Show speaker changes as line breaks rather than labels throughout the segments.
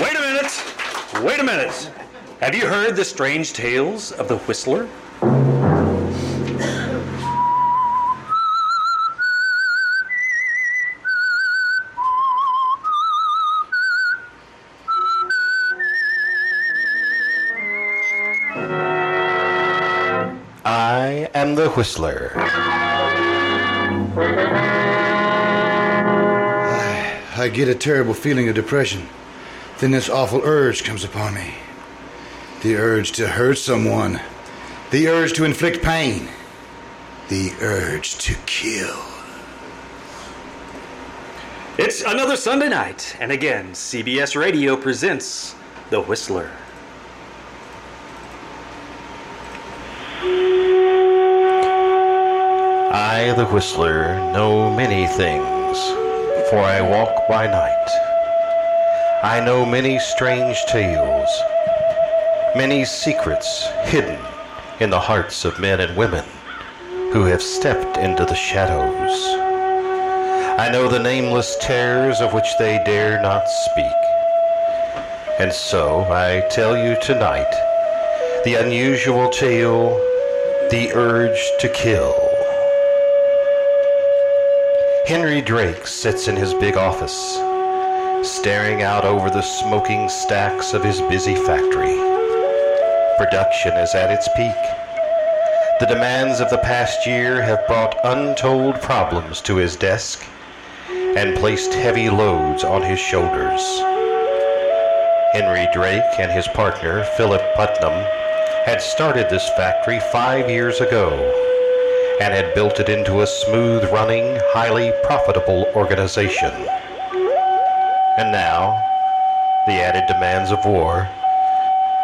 Wait a minute! Wait a minute! Have you heard the strange tales of the Whistler?
I am the Whistler.
I get a terrible feeling of depression. Then this awful urge comes upon me the urge to hurt someone, the urge to inflict pain, the urge to kill.
It's another Sunday night, and again, CBS Radio presents The Whistler.
I, the Whistler, know many things, for I walk by night. I know many strange tales, many secrets hidden in the hearts of men and women who have stepped into the shadows. I know the nameless terrors of which they dare not speak. And so I tell you tonight the unusual tale, the urge to kill. Henry Drake sits in his big office, staring out over the smoking stacks of his busy factory. Production is at its peak. The demands of the past year have brought untold problems to his desk and placed heavy loads on his shoulders. Henry Drake and his partner, Philip Putnam, had started this factory five years ago and had built it into a smooth running, highly profitable organization. And now, the added demands of war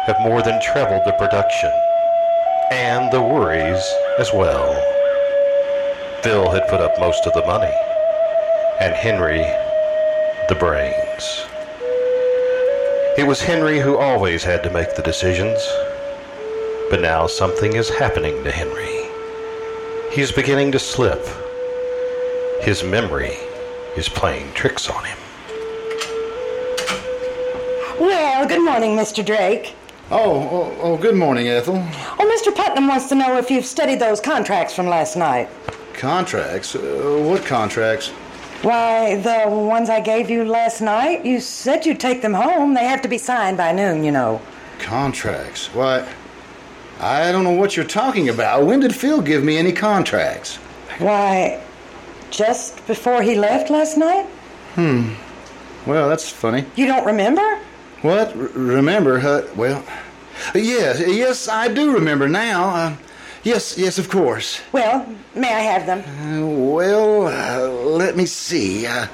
have more than trebled the production and the worries as well. Phil had put up most of the money, and Henry the brains. It was Henry who always had to make the decisions, but now something is happening to Henry. He's beginning to slip. His memory is playing tricks on him.
Well, good morning, Mr. Drake.
Oh, oh, oh good morning, Ethel.
Oh, Mr. Putnam wants to know if you've studied those contracts from last night.
Contracts? Uh, what contracts?
Why, the ones I gave you last night, you said you'd take them home. They have to be signed by noon, you know.
Contracts? Why, I don't know what you're talking about. When did Phil give me any contracts?
Why, just before he left last night?
Well, that's funny.
You don't remember?
What? R- remember? Uh, well, yes, yes, I do remember now. Uh, yes, yes, of course.
Well, may I have them?
Uh, well, uh, let me see. Uh,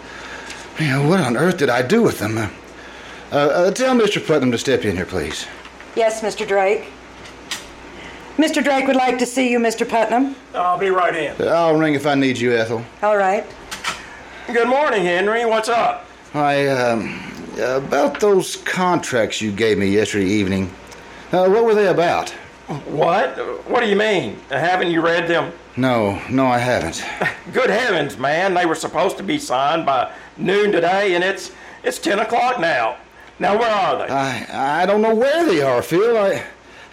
man, what on earth did I do with them? Uh, uh, uh, tell Mr. Putnam to step in here, please.
Yes, Mr. Drake. Mr. Drake would like to see you, Mr. Putnam.
I'll be right in.
I'll ring if I need you, Ethel.
All right.
Good morning, Henry. What's up?
I, um, about those contracts you gave me yesterday evening. Uh, what were they about?
What? What do you mean? Haven't you read them?
No, no, I haven't.
Good heavens, man! They were supposed to be signed by noon today, and it's it's ten o'clock now. Now where are they?
I, I don't know where they are, Phil. I,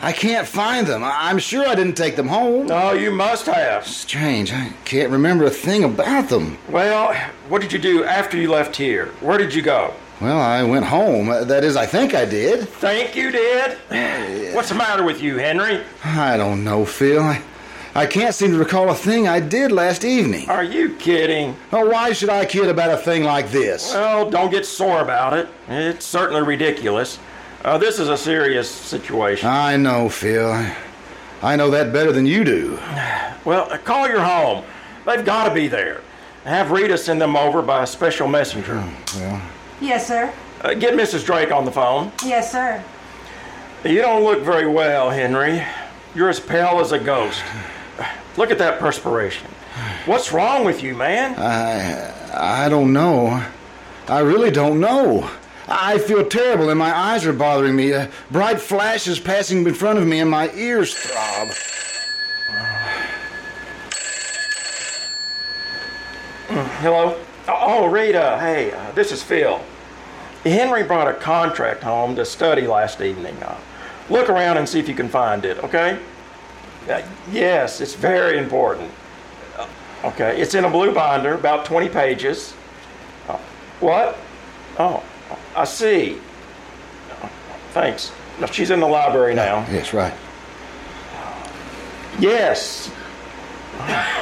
I can't find them. I, I'm sure I didn't take them home.
oh, you must have.
Strange. I can't remember a thing about them.
Well, what did you do after you left here? Where did you go?
Well, I went home. Uh, That is, I think I did.
Think you did? What's the matter with you, Henry?
I don't know, Phil. I, I can't seem to recall a thing I did last evening.
Are you kidding?
Oh, why should I kid about a thing like this?
Well, don't get sore about it. It's certainly ridiculous. Uh, this is a serious situation.
I know, Phil. I, I know that better than you do.
Well, call your home. They've got to be there. Have Rita send them over by a special messenger.
Yes, sir.
Uh, get Mrs. Drake on the phone.
Yes, sir.
You don't look very well, Henry. You're as pale as a ghost. Look at that perspiration. What's wrong with you, man?
I don't know. I really don't know. I feel terrible, and my eyes are bothering me. Uh, bright flashes passing in front of me, and my ears throb.
oh, Hello? Oh, Rita. Hey, uh, this is Phil. Henry brought a contract home to study last evening. Uh, look around and see if you can find it, okay? Uh, yes, it's very important. Uh, okay, it's in a blue binder, about 20 pages. Uh, what? Oh, I see. Uh, Thanks. No, she's in the library now.
Yes, right.
Yes.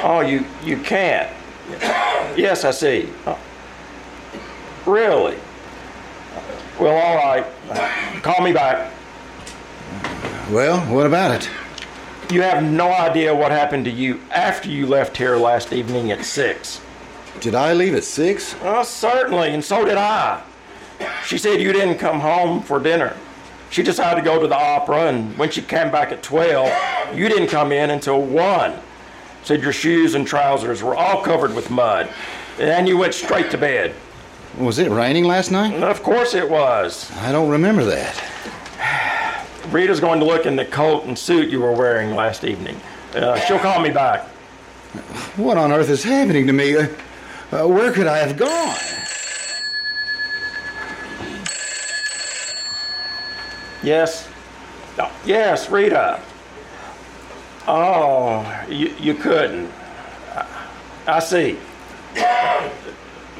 Oh, you you can't. Yes, I see. Oh. Really? Well, all right. Call me back.
Well, what about it?
You have no idea what happened to you after you left here last evening at six.
Did I leave at six?
Oh, certainly, and so did I. She said you didn't come home for dinner. She decided to go to the opera, and when she came back at 12, you didn't come in until 1. Said your shoes and trousers were all covered with mud, and you went straight to bed.
Was it raining last night?
And of course it was.
I don't remember that.
Rita's going to look in the coat and suit you were wearing last evening. Uh, she'll call me back.
What on earth is happening to me? Uh, uh, where could I have gone?
Yes. No. Yes, Rita. Oh, you, you couldn't. I, I see.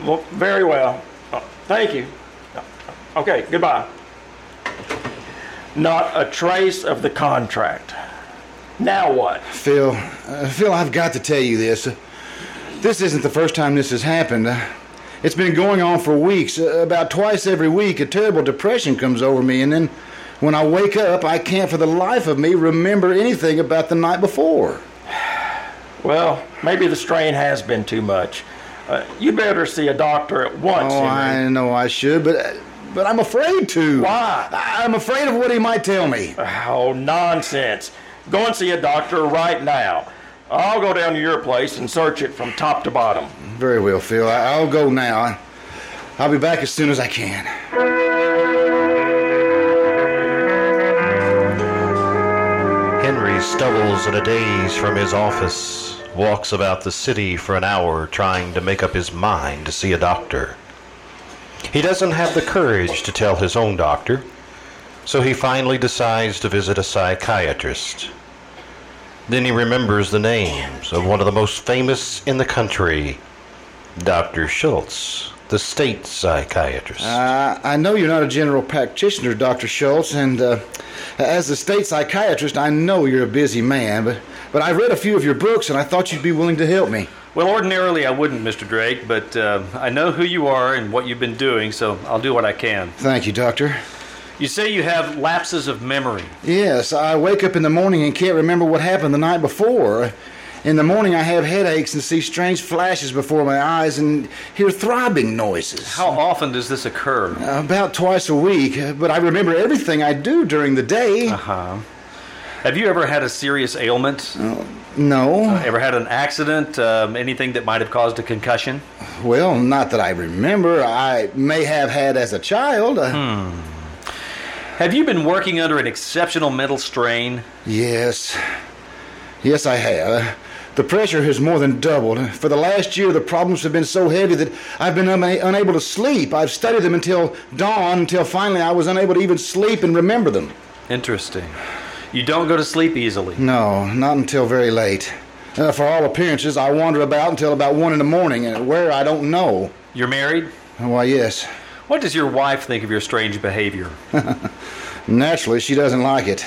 well, very well. Oh, thank you. Oh, Okay, goodbye. Not a trace of the contract. Now what?
Phil, uh, Phil, I've got to tell you this. Uh, This isn't the first time this has happened. Uh, It's been going on for weeks. Uh, About twice every week, a terrible depression comes over me, and then when I wake up, I can't for the life of me remember anything about the night before.
Well, maybe the strain has been too much. Uh, you better see a doctor at once.
Oh,
Henry.
I know I should, but uh, but I'm afraid to.
Why?
I- I'm afraid of what he might tell me.
Oh, nonsense. Go and see a doctor right now. I'll go down to your place and search it from top to bottom.
Very well, Phil. I- I'll go now. I- I'll be back as soon as I can.
Henry stumbles in a daze from his office, walks about the city for an hour trying to make up his mind to see a doctor. He doesn't have the courage to tell his own doctor, so he finally decides to visit a psychiatrist. Then he remembers the names of one of the most famous in the country, Dr. Schultz, the state psychiatrist.
Uh, I know you're not a general practitioner, Dr. Schultz, and uh, as the state psychiatrist, I know you're a busy man, but, but I read a few of your books and I thought you'd be willing to help me.
Well, ordinarily I wouldn't, Mr. Drake, but uh, I know who you are and what you've been doing, so I'll do what I can.
Thank you, Doctor.
You say you have lapses of memory.
Yes, I wake up in the morning and can't remember what happened the night before. In the morning, I have headaches and see strange flashes before my eyes and hear throbbing noises.
How often does this occur?
About twice a week, but I remember everything I do during the day.
Huh? Have you ever had a serious ailment?
No,
Ever had an accident? Um, anything that might have caused a concussion?
well, not that I remember. I may have had as a child. Uh,
Have you been working under an exceptional mental strain?
Yes. Yes, I have. The pressure has more than doubled. For the last year, the problems have been so heavy that I've been una- unable to sleep. I've studied them until dawn, until finally I was unable to even sleep and remember them.
Interesting. You don't go to sleep easily.
No, not until very late. Uh, for all appearances, I wander about until about one in the morning, and where I don't know.
You're married?
Why, yes.
What does your wife think of your strange behavior?
Naturally, she doesn't like it.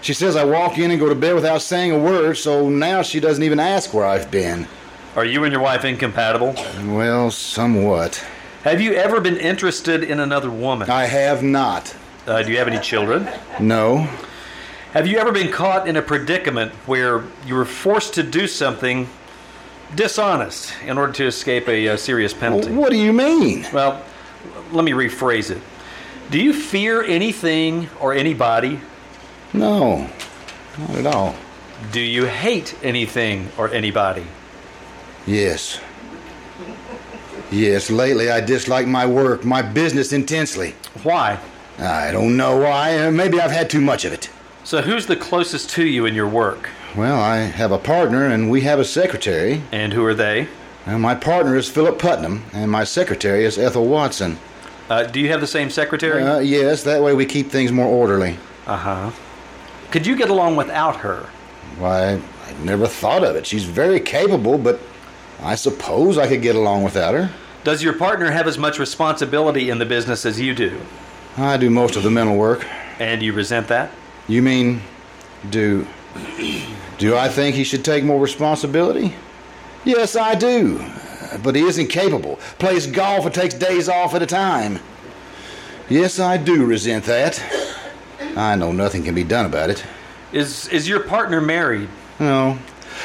She says I walk in and go to bed without saying a word, so now she doesn't even ask where I've been.
Are you and your wife incompatible?
Well, somewhat.
Have you ever been interested in another woman?
I have not.
Uh, do you have any children?
No.
Have you ever been caught in a predicament where you were forced to do something dishonest in order to escape a, uh serious penalty?
What do you mean?
Well, let me rephrase it. Do you fear anything or anybody?
No. Not at all.
Do you hate anything or anybody?
Yes. Yes, lately I dislike my work, my business intensely.
Why?
I don't know why. uh, Maybe I've had too much of it.
So, who's the closest to you in your work?
Well, I have a partner and we have a secretary. Uh,
And who are they?
And my partner is Philip Putnam and my secretary is Ethel Watson.
Uh, do you have the same secretary?
Uh, yes, that way we keep things more orderly.
Uh huh. Could you get along without her?
Why, I never thought of it. She's very capable, but I suppose I could get along without her.
Does your partner have as much responsibility in the business as you do?
I do most of the mental work.
And you resent that?
You mean, do. Do I think he should take more responsibility? Yes, I do. But he isn't capable. Plays golf and takes days off at a time. Yes, I do resent that. I know nothing can be done about it.
Is is your partner married?
No.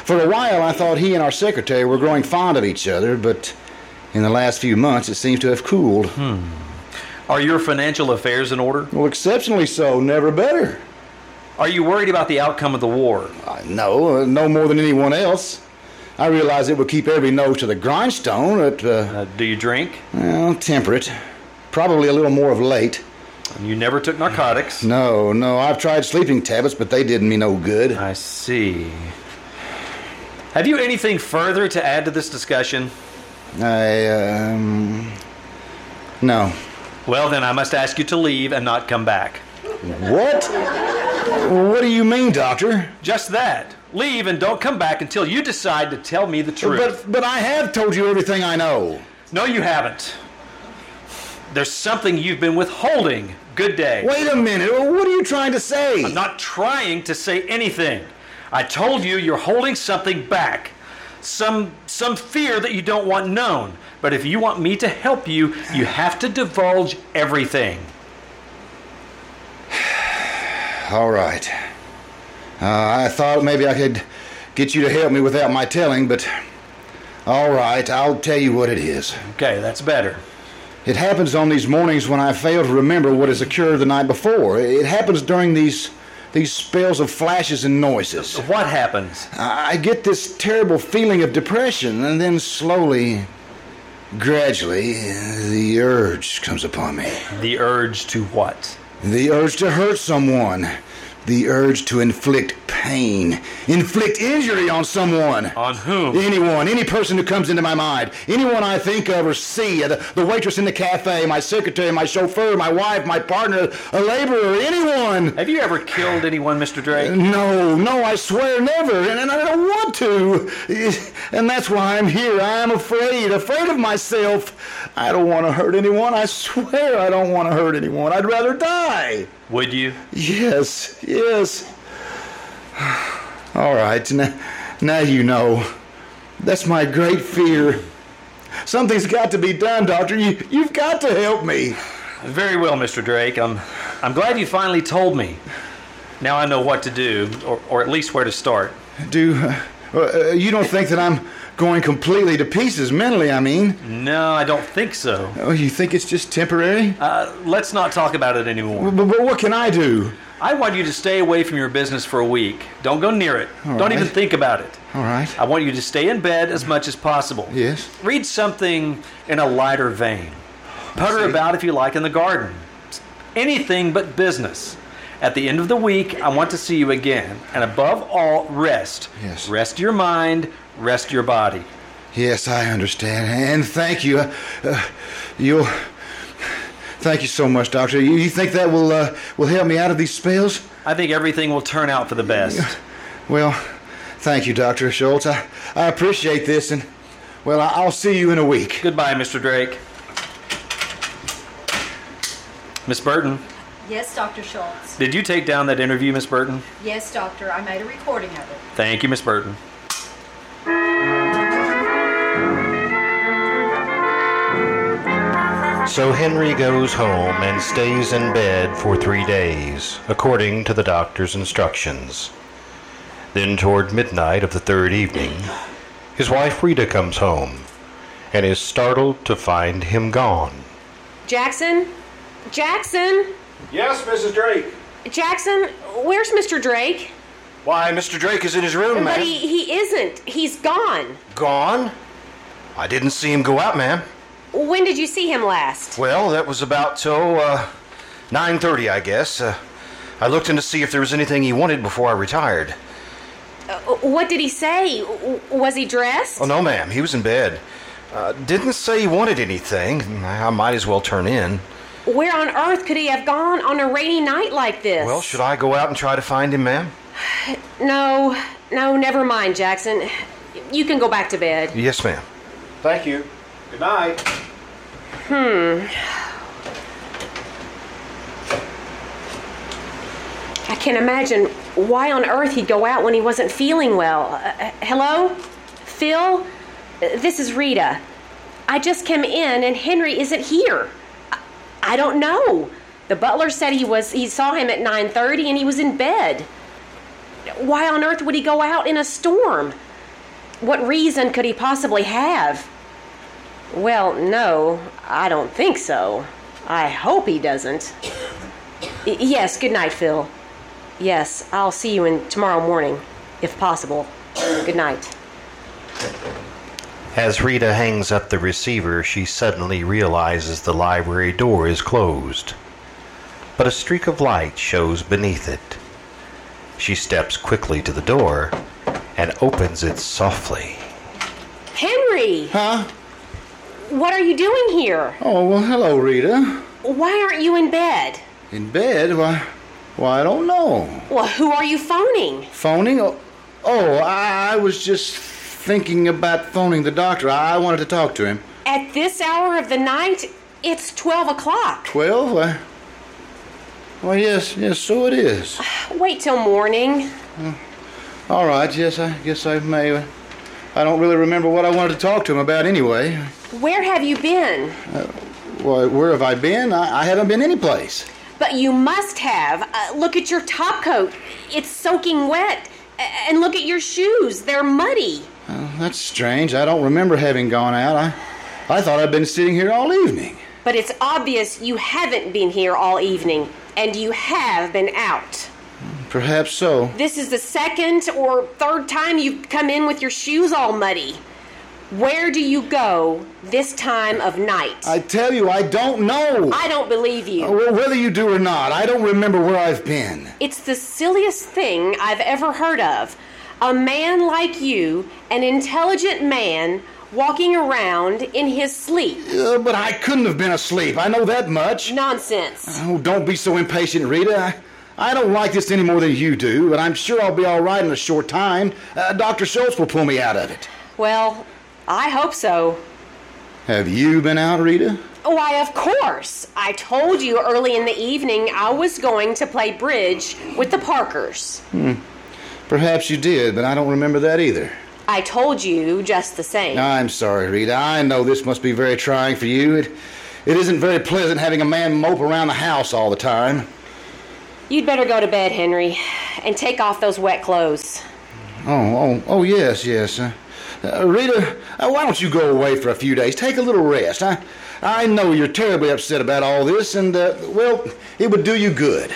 For a while, I thought he and our secretary were growing fond of each other, but in the last few months, it seems to have cooled.
Are your financial affairs in order?
Well, exceptionally so, never better.
Are you worried about the outcome of the war?
I know, uh, no more than anyone else. I realize it would keep every nose to the grindstone at, uh,
Uh, do you drink?
well, temperate. Probably a little more of late.
You never took narcotics.
No, no, I've tried sleeping tablets, but they didn't me no good.
I see. Have you anything further to add to this discussion?
I, um. No.
Well, then I must ask you to leave and not come back.
What? What do you mean, Doctor?
Just that. Leave and don't come back until you decide to tell me the truth.
But, but I have told you everything I know.
no, you haven't. There's something you've been withholding. Good day.
Wait a minute. What are you trying to say?
I'm not trying to say anything. I told you you're holding something back. Some some fear that you don't want known. But if you want me to help you, you have to divulge everything.
All right. Uh, I thought maybe I could get you to help me without my telling, but all right, I'll tell you what it is.
Okay, that's better.
It happens on these mornings when I fail to remember what has occurred the night before. It happens during these these spells of flashes and noises.
What happens?
I I get this terrible feeling of depression, and then slowly, gradually, the urge comes upon me.
The urge to what?
The urge to hurt someone. The urge to inflict pain. Inflict injury on someone.
Uh.
On whom?
Anyone, any person who comes into my mind. Anyone I think of or see. The, the waitress in the cafe, my secretary, my chauffeur, my wife, my partner, a laborer, anyone.
Have you ever killed anyone, Mr. Drake?
No, no, I swear never, and, and I don't want to. And that's why I'm here. I'm afraid, afraid of myself. I don't want to hurt anyone. I swear I don't want to hurt anyone. I'd rather die.
Would you?
Yes, yes. All right, now, now you know. That's my great fear. Something's got to be done, Doctor. You, you've got to help me.
Very well, Mr. Drake. I'm I'm glad you finally told me. Now I know what to do, or, or at least where to start.
Do uh, uh, you don't think that I'm going completely to pieces mentally? I mean,
No, I don't think so.
oh, you think it's just temporary?
Uh, let's not talk about it anymore.
But, but what can I do?
I want you to stay away from your business for a week. Don't go near it.
All
Don't
right.
even think about it.
All right.
I want you to stay in bed as much as possible.
Yes.
Read something in a lighter vein. Putter about if you like in the garden. Anything but business. At the end of the week, I want to see you again. And above all, rest.
Yes.
Rest your mind, rest your body.
Yes, I understand, and thank you. Uh, uh, you'll thank you so much, Doctor. You, you think that will uh, will help me out of these spells?
I think everything will turn out for the best.
Well, thank you, Doctor Schultz. I, I appreciate this, and well, I, I'll see you in a week.
Goodbye, Mr. Drake. Miss Burton,
Yes, Dr. Schultz.
did you take down that interview, Miss Burton?
Yes, doctor, I made a recording of it.
Thank you, Miss Burton.
So Henry goes home and stays in bed for three days, according to the doctor's instructions. Then, toward midnight of the third evening, his wife Rita comes home and is startled to find him gone.
Jackson? Jackson?
Yes, Mrs. Drake.
Jackson, where's Mr. Drake?
Why, Mr. Drake is in his room,
But
ma'am.
he, he isn't. He's gone.
Gone? I didn't see him go out, ma'am.
When did you see him last?
Well, that was about till uh, 9:30, I guess. Uh, I looked in to see if there was anything he wanted before I retired.
Uh, What did he say? W- Was he dressed?
Oh no, ma'am. He was in bed. Uh, didn't say he wanted anything. I might as well turn in.
Where on earth could he have gone on a rainy night like this?
Well, should I go out and try to find him, ma'am?
No, no, never mind, Jackson. You can go back to bed.
Yes, ma'am.
Thank you. Good night.
I can't imagine why on earth he'd go out when he wasn't feeling well. Uh, hello? Phil? Uh, This is Rita. I just came in and Henry isn't here. I, I don't know. The butler said he was he saw him at 9:30 and he was in bed. Why on earth would he go out in a storm? What reason could he possibly have? Well, no, I don't think so. I hope he doesn't. Y- yes, good night, Phil. Yes, I'll see you in tomorrow morning, if possible. Good night.
As Rita hangs up the receiver, she suddenly realizes the library door is closed, but a streak of light shows beneath it. She steps quickly to the door and opens it softly.
Henry!
Huh?
What are you doing here?
Oh, well, hello, Rita.
Why aren't you in bed?
In bed? Why, why, I don't know.
Well, who are you phoning?
Phoning? Oh, oh, I I was just thinking about phoning the doctor. I wanted to talk to him.
At this hour of the night, it's 12 o'clock.
Twelve? Why, well, yes, yes, so it is.
Wait till morning.
All right, yes, I guess I may. uh, I don't really remember what I wanted to talk to him about anyway.
Where have you been?
Why, where have I been? I, I haven't been anyplace.
But you must have. Uh, look at your top coat. It's soaking wet. A- and look at your shoes. They're muddy.
Uh, that's strange. I don't remember having gone out. I, I thought I'd been sitting here all evening.
But it's obvious you haven't been here all evening, and you have been out.
Perhaps so.
This is the second or third time you've come in with your shoes all muddy. Where do you go this time of night?
I tell you, I don't know.
I don't believe you.
Well, whether you do or not, I don't remember where I've been.
It's the silliest thing I've ever heard of. A man like you, an intelligent man, walking around in his sleep.
Uh, but I couldn't have been asleep. I know that much.
Nonsense.
Oh, don't be so impatient, Rita. I, I don't like this any more than you do, but I'm sure I'll be all right in a short time. Uh, Dr. Schultz will pull me out of it.
Well, I hope so.
Have you been out, Rita?
Why, of course. I told you early in the evening I was going to play bridge with the Parkers.
Perhaps you did, but I don't remember that either.
I told you just the same.
I'm sorry, Rita. I know this must be very trying for you. It, it isn't very pleasant having a man mope around the house all the time.
You'd better go to bed, Henry, and take off those wet clothes.
Oh, oh, oh, yes, yes. Uh, uh, Rita, uh, why don't you go away for a few days? Take a little rest. I, I know you're terribly upset about all this, and, uh, well, it would do you good.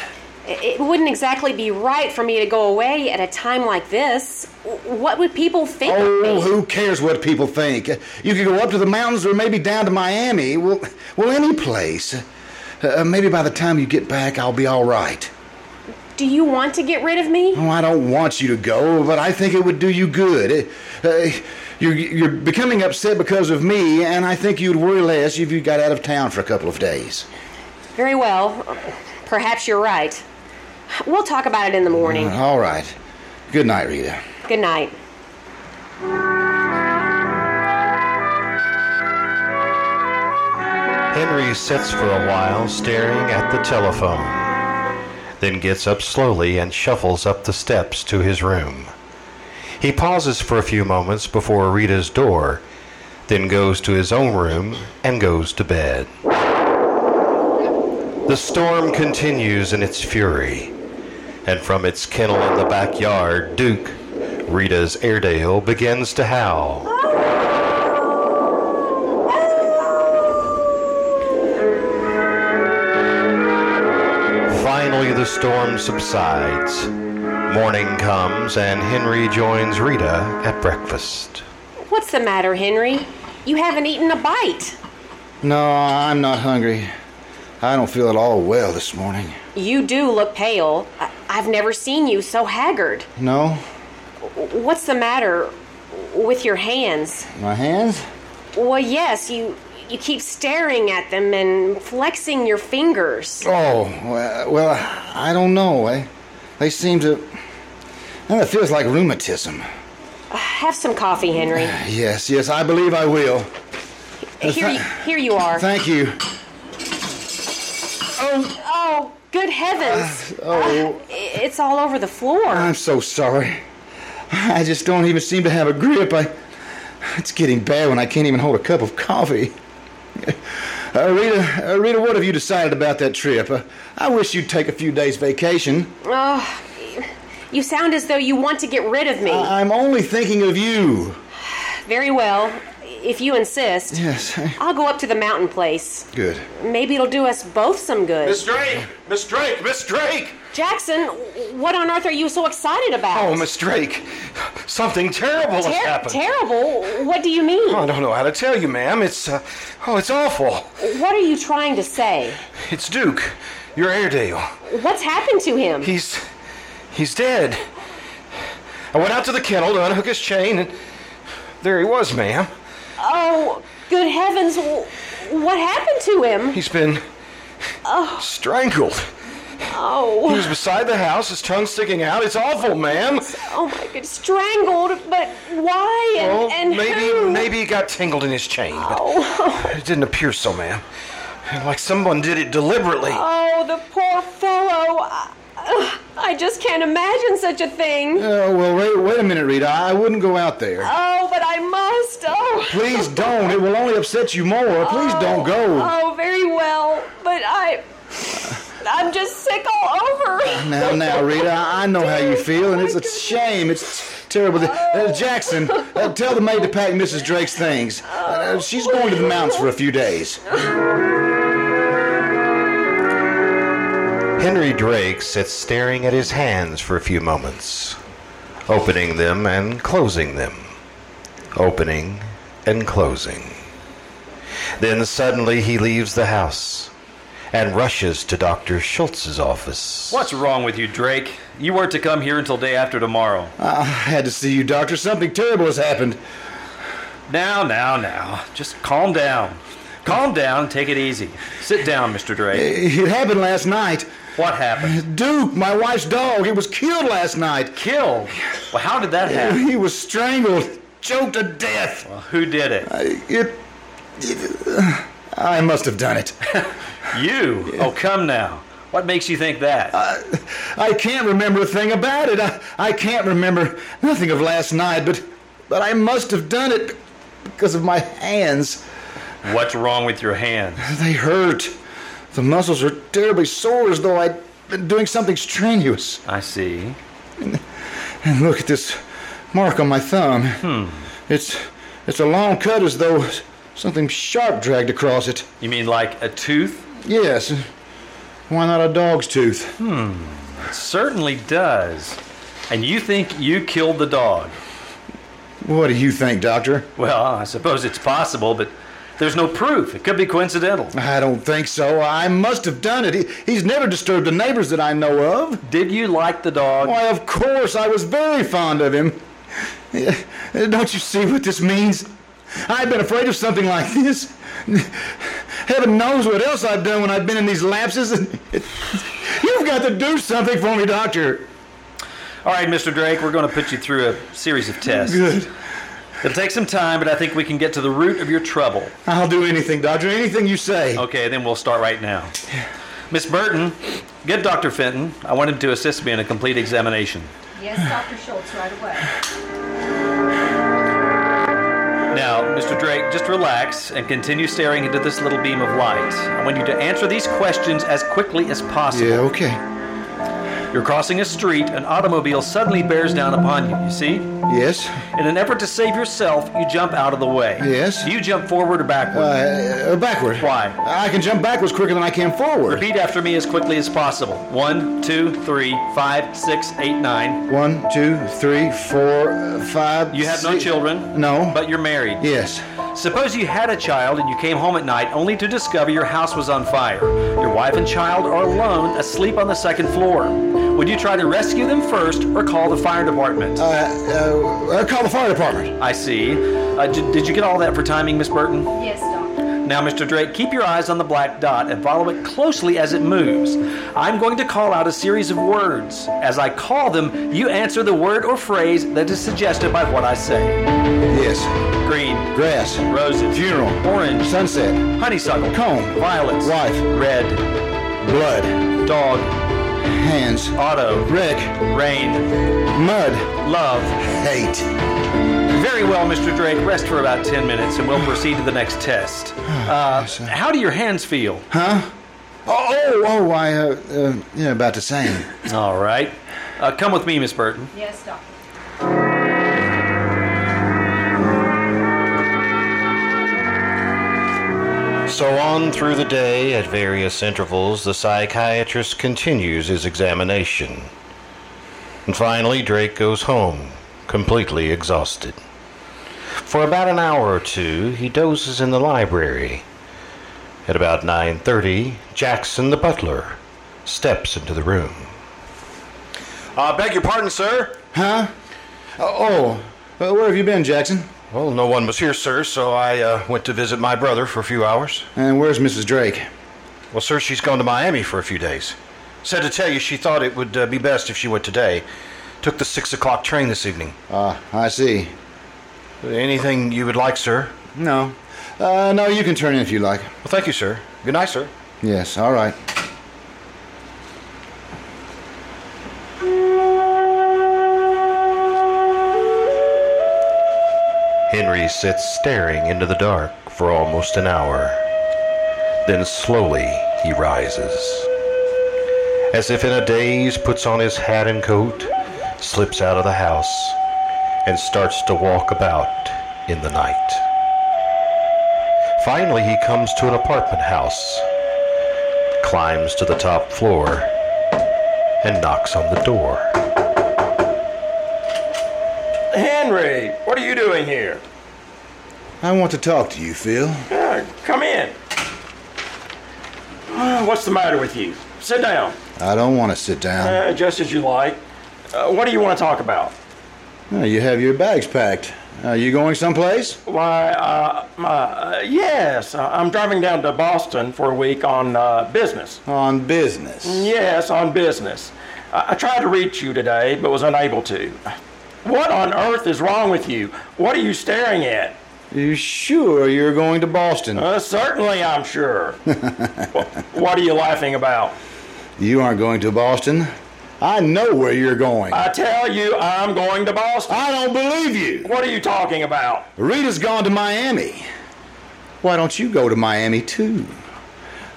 It it wouldn't exactly be right for me to go away at a time like this. W- What would people think of me?
Oh, who cares what people think? You could go up to the mountains or maybe down to Miami. Well, well any place. Uh, maybe by the time you get back, I'll be all right.
Do you want to get rid of me?
Oh, I don't want you to go, but I think it would do you good. It- uh, you're, you're becoming upset because of me, and I think you'd worry less if you got out of town for a couple of days.
Very well. Perhaps you're right. We'll talk about it in the morning.
All right. Good night, Rita.
Good night.
Henry sits for a while staring at the telephone, then gets up slowly and shuffles up the steps to his room. He pauses for a few moments before Rita's door, then goes to his own room and goes to bed. The storm continues in its fury, and from its kennel in the backyard, Duke, Rita's Airedale, begins to howl. Finally, the storm subsides. Morning comes, and Henry joins Rita at breakfast.
What's the matter, Henry? You haven't eaten a bite.
No, I'm not hungry. I don't feel at all well this morning.
You do look pale. I- I've never seen you so haggard.
No?
What's the matter with your hands?
My hands?
Well, yes, you you keep staring at them and flexing your fingers.
Oh, well, well, I don't know. I, they seem to. Well, it feels like rheumatism.
Have some coffee, Henry.
Yes, yes, I believe I will.
Here you, here you are.
Thank you. Oh,
Oh, good heavens. Uh,
oh,
It's all over the floor.
Uh.
I'm so sorry. I just don't even seem to have a grip. I, it's getting bad when I can't even hold a cup of coffee. Uh, Rita, uh, Rita, what have you decided about that trip? Uh, I wish you'd take a few days vacation.
Oh, you sound as though you want to get rid of me.
Uh,
I- I'm only thinking of you.
Very well, if you insist.
Yes,
I'll go up to the mountain place.
good.
Maybe it'll do us both some good.
Miss Drake! Miss Drake! Miss Drake!
Jackson, what on earth are you so excited about?
Oh, Miss Drake, something terrible has
Ter-
happened.
terrible? What do you mean?
I don't know how to tell you, ma'am. It's, uh, oh, it's awful.
What are you trying to say?
It's Duke, your Airedale.
What's happened to him?
He's, he's dead. I went out to the kennel to unhook his chain, and there he was, ma'am.
oh, good heavens. w- What happened to him?
He's been strangled. He
Oh,
was beside the house, his tongue sticking out. It's awful, ma'am.
oh my goodness. Strangled, but why and,
Well,
and
Oh, maybe
who?
maybe he got tangled in his chain, but
Oh,
it didn't appear so, ma'am. Like someone did it deliberately.
oh, the poor fellow. I, I just can't imagine such a thing.
Oh, well, wait, wait a minute, Rita. I wouldn't go out there.
Oh, but I must. Oh.
Please don't. It will only upset you more. Please don't go.
Oh, very well, but I, I'm just sick all over.
Now, now, Rita, I know how you feel, and it's a shame. It's terrible. Uh, Jackson, uh, tell the maid to pack Mrs. Drake's things. Uh, she's going to the mountains for a few days.
Henry Drake sits staring at his hands for a few moments, opening them and closing them, opening and closing. Then suddenly he leaves the house and rushes to Dr. Schultz's office.
What's wrong with you, Drake? You weren't to come here until day after tomorrow.
I had to see you, Doctor. Something terrible has happened.
Now, now, now. Just calm down. Calm down. Take it easy. Sit down, Mr. Drake.
It happened last night.
What happened?
Duke, my wife's dog, he was killed last night.
Killed. Well, how did that happen?
He was strangled, choked to death.
Well, who did it?
It. it- uh, I must have done it.
You. Oh, come now. What makes you think that?
I can't remember a thing about it. I, I can't remember nothing of last night, but but I must have done it because of my hands.
What's wrong with your hands?
They hurt. The muscles are terribly sore as though I'd been doing something strenuous.
I see.
And look at this mark on my thumb. Hmm. It's it's a long cut as though something sharp dragged across it.
You mean like a tooth?
Yes. Why not a dog's tooth?
It certainly does. And you think you killed the dog?
What do you think, Doctor?
Well, I suppose it's possible, but there's no proof. It could be coincidental.
I don't think so. I must have done it. He, he's never disturbed the neighbors that I know of.
Did you like the dog?
Why, of course, I was very fond of him. Eh, Don't you see what this means? I've been afraid of something like this. Heaven knows what else I've done when I've been in these lapses. You've got to do something for me, Doctor.
All right, Mr. Drake, we're going to put you through a series of tests.
Good.
It'll take some time, but I think we can get to the root of your trouble.
I'll do anything, Doctor. Anything you say.
Okay, then we'll start right now. Miss Burton, get Dr. Fenton. I want him to assist me in a complete examination.
Yes, Dr. Schultz, right away.
Now, Mr. Drake, just relax and continue staring into this little beam of light. I want you to answer these questions as quickly as possible.
Yeah, okay.
You're crossing a street, an automobile suddenly bears down upon you, you see?
Yes.
In an effort to save yourself, you jump out of the way.
Yes.
Do you jump forward or backward?
Uh, backward.
Why?
I can jump backwards quicker than I can forward.
Repeat after me as quickly as possible. One, two, three, five, six, eight, nine.
One, two, three, four, uh, five.
You have no
six-
children.
No.
But you're married.
yes. Uh,
Suppose you had a child and you came home at night only to discover your house was on fire. Your wife and child are alone, asleep on the second floor. Would you try to rescue them first or call the fire department?
Uh, uh, uh, call the fire department.
I see. Uh, d- did you get all that for timing, Miss Burton?
Yes, Doc.
Now, Mr. Drake, keep your eyes on the black dot and follow it closely as it moves. I'm going to call out a series of words. As I call them, you answer the word or phrase that is suggested by what I say.
Yes.
Green,
Grass.
roses,
Funeral.
orange,
Sunset.
honeysuckle,
Comb.
violets,
Wife.
red,
Blood.
dog,
Hands.
auto,
Wreck.
rain,
Mud.
love.
Hate.
Very well, Mr. Drake. Rest for about 10 minutes and we'll proceed to the next test. Uh, how do your hands feel?
Oh, oh, oh I, uh, uh, yeah, about the same.
All right. Uh, come with me, Miss Burton.
Yes, Doctor.
So on through the day, at various intervals, the psychiatrist continues his examination. And finally, Drake goes home, completely exhausted. For about an hour or two, he dozes in the library. At about 9:30, Jackson the butler steps into the room.
Uh, beg your pardon, sir.
Huh? Oh, oh. Uh, where have you been, Jackson?
Well, no one was here, sir, so I uh, went to visit my brother for a few hours.
And where's Mrs. Drake?
Well, sir, she's gone to Miami for a few days. Said to tell you she thought it would uh, be best if she went today. Took the six o'clock train this evening. Uh,
Ah, I see.
Anything you would like, sir?
No. Uh, no, you can turn in if you like.
Well, thank you, sir. Good night, sir.
Yes, all right.
Henry sits staring into the dark for almost an hour. Then slowly he rises. As if in a daze, puts on his hat and coat, slips out of the house, and starts to walk about in the night. Finally, he comes to an apartment house, climbs to the top floor, and knocks on the door.
Henry, what are you doing here?
I want to talk to you, Phil.
Yeah, come in. Uh, What's the matter with you? Sit down.
I don't want to sit down.
Uh, just as you like. Uh, what do you want to talk about?
Oh, you have your bags packed. Are you going someplace?
Why, uh, my, uh, yes, uh, I'm driving down to Boston for a week on uh, business.
On business.
Yes, on business. I, I tried to reach you today, but was unable to. What on earth is wrong with you? What are you staring at?
You sure you're going to Boston?
Uh, certainly, I'm sure. Wha- what are you laughing about?
You aren't going to Boston. I know where you're going.
I tell you, I'm going to Boston.
I don't believe you.
What are you talking about?
Rita's gone to Miami. Why don't you go to Miami too?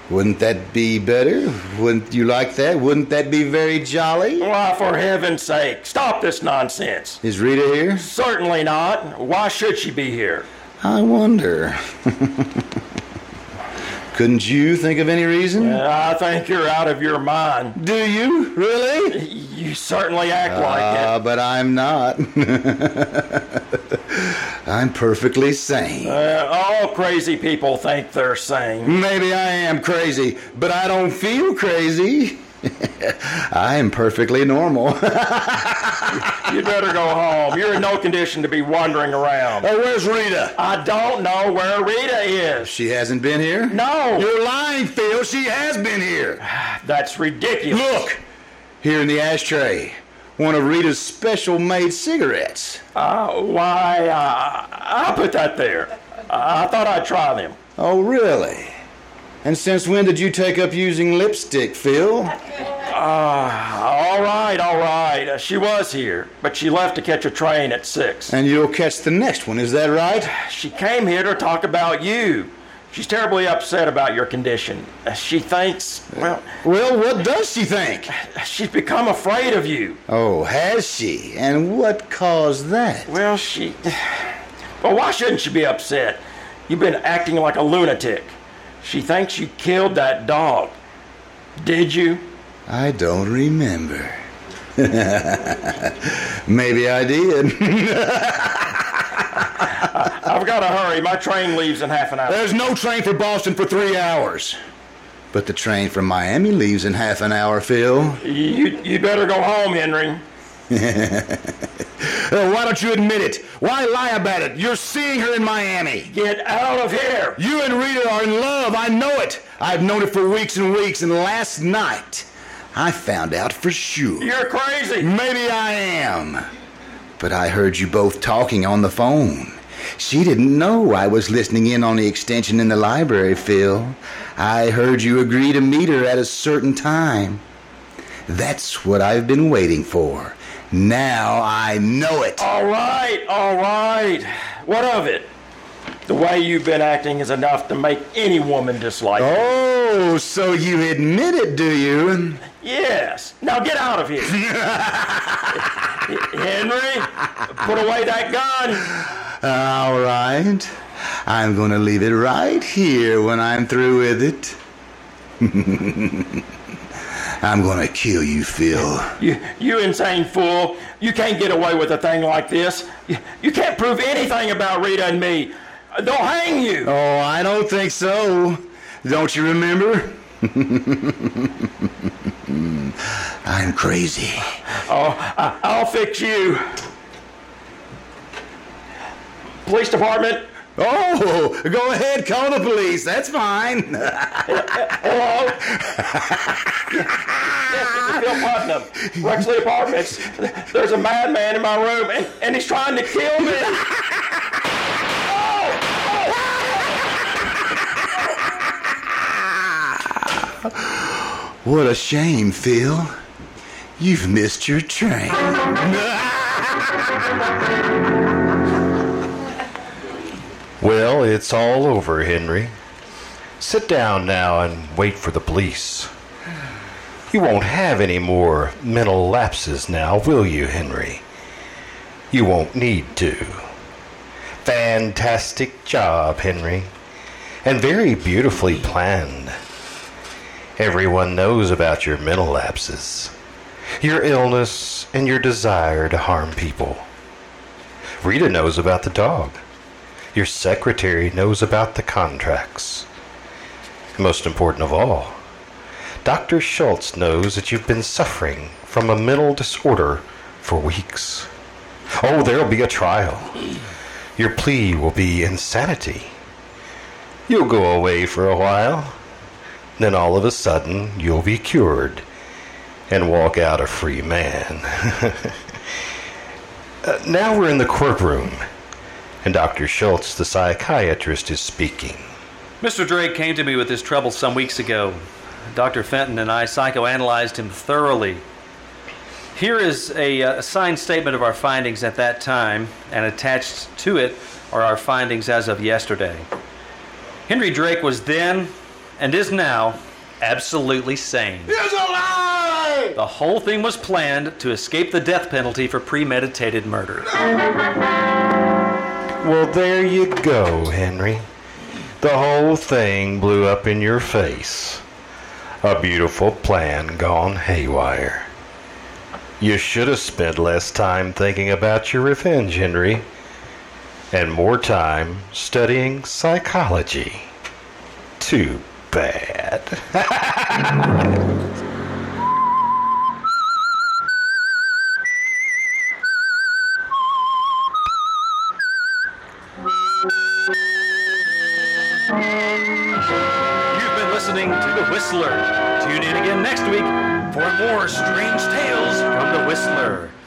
Wouldn't that be better? Wouldn't you like that? Wouldn't that be very jolly?
Why, for heaven's sake, stop this nonsense.
Is Rita here?
Certainly not. Why should she be here?
I wonder. Couldn't you think of any reason?
Uh, I think you're out of your mind.
Do you? Really?
You certainly act
Uh,
like
but I'm not. I'm perfectly sane.
it. Uh, all crazy people think they're sane.
Maybe I am crazy, but I don't feel crazy. I am perfectly normal.
You better go home. You're in no condition to be wandering around.
Oh, where's Rita?
I don't know where Rita is.
She hasn't been here?
No,
You're lying, Phil. She has been here.
that's ridiculous.
Look, here in the ashtray, one of Rita's special made cigarettes.
Uh, why? Uh, I put that there. I I thought I'd try them.
Oh, really? And since when did you take up using lipstick, Phil?
Ah, All right, all right. Uh, She was here, but she left to catch a train at six.
And you'll catch the next one, is that right?
She came here to talk about you. She's terribly upset about your condition. Uh, She thinks, well,
Well, what does she think?
she's become afraid of you.
Oh, has she? And what caused that?
Well, she. Well, why shouldn't she be upset? You've been acting like a lunatic. She thinks you killed that dog. Did you?
I don't remember. Maybe I did.
I've got to hurry. My train leaves in half an hour.
There's no train for Boston for three hours. But the train from Miami leaves in half an hour, Phil.
You, you better go home, Henry.
Uh, why don't you admit it? Why lie about it? You're seeing her in Miami.
Get out of here.
You and Rita are in love. I know it. I've known it for weeks and weeks, and last night I found out for sure.
You're crazy.
Maybe I am. But I heard you both talking on the phone. She didn't know I was listening in on the extension in the library, Phil. I heard you agree to meet her at a certain time. That's what I've been waiting for. Now I know it.
All right, all right. What of it? The way you've been acting is enough to make any woman dislike you.
Oh, so you admit it, do you?
Yes. Now get out of here. Henry, put away that gun.
All right. I'm going to leave it right here when I'm through with it. I'm going to kill you, Phil.
You, you insane fool. You can't get away with a thing like this. You, you can't prove anything about Rita and me. They'll hang you.
Oh, I don't think so. Don't you remember? I'm crazy.
Oh, I, I'll fix you. Police department.
Oh, go ahead, call the police. That's fine.
Hello? yes, this is Phil Putnam, Rexley Apartments. There's a madman in my room, and, and he's trying to kill me.
What a shame, Phil. You've missed your train.
Well, it's all over, Henry. Sit down now and wait for the police. You won't have any more mental lapses now, will you, Henry? You won't need to. Fantastic job, Henry. And very beautifully planned. Everyone knows about your mental lapses, your illness, and your desire to harm people. Rita knows about the dog. Your secretary knows about the contracts. Most important of all, Dr. Schultz knows that you've been suffering from a mental disorder for weeks. Oh, there'll be a trial. Your plea will be insanity. You'll go away for a while, then all of a sudden you'll be cured and walk out a free man. Uh, now we're in the courtroom, and Dr. Schultz, the psychiatrist, is speaking.
Mr. Drake came to me with his trouble some weeks ago. Dr. Fenton and I psychoanalyzed him thoroughly. Here is a, uh, a signed statement of our findings at that time, and attached to it are our findings as of yesterday. Henry Drake was then and is now absolutely sane.
He's alive!
The whole thing was planned to escape the death penalty for premeditated murder.
Well, there you go, Henry. The whole thing blew up in your face. A beautiful plan gone haywire. You should have spent less time thinking about your revenge, Henry, and more time studying psychology. Too bad.
You've been listening to The Whistler. Tune in again next week for more strange tales from The Whistler.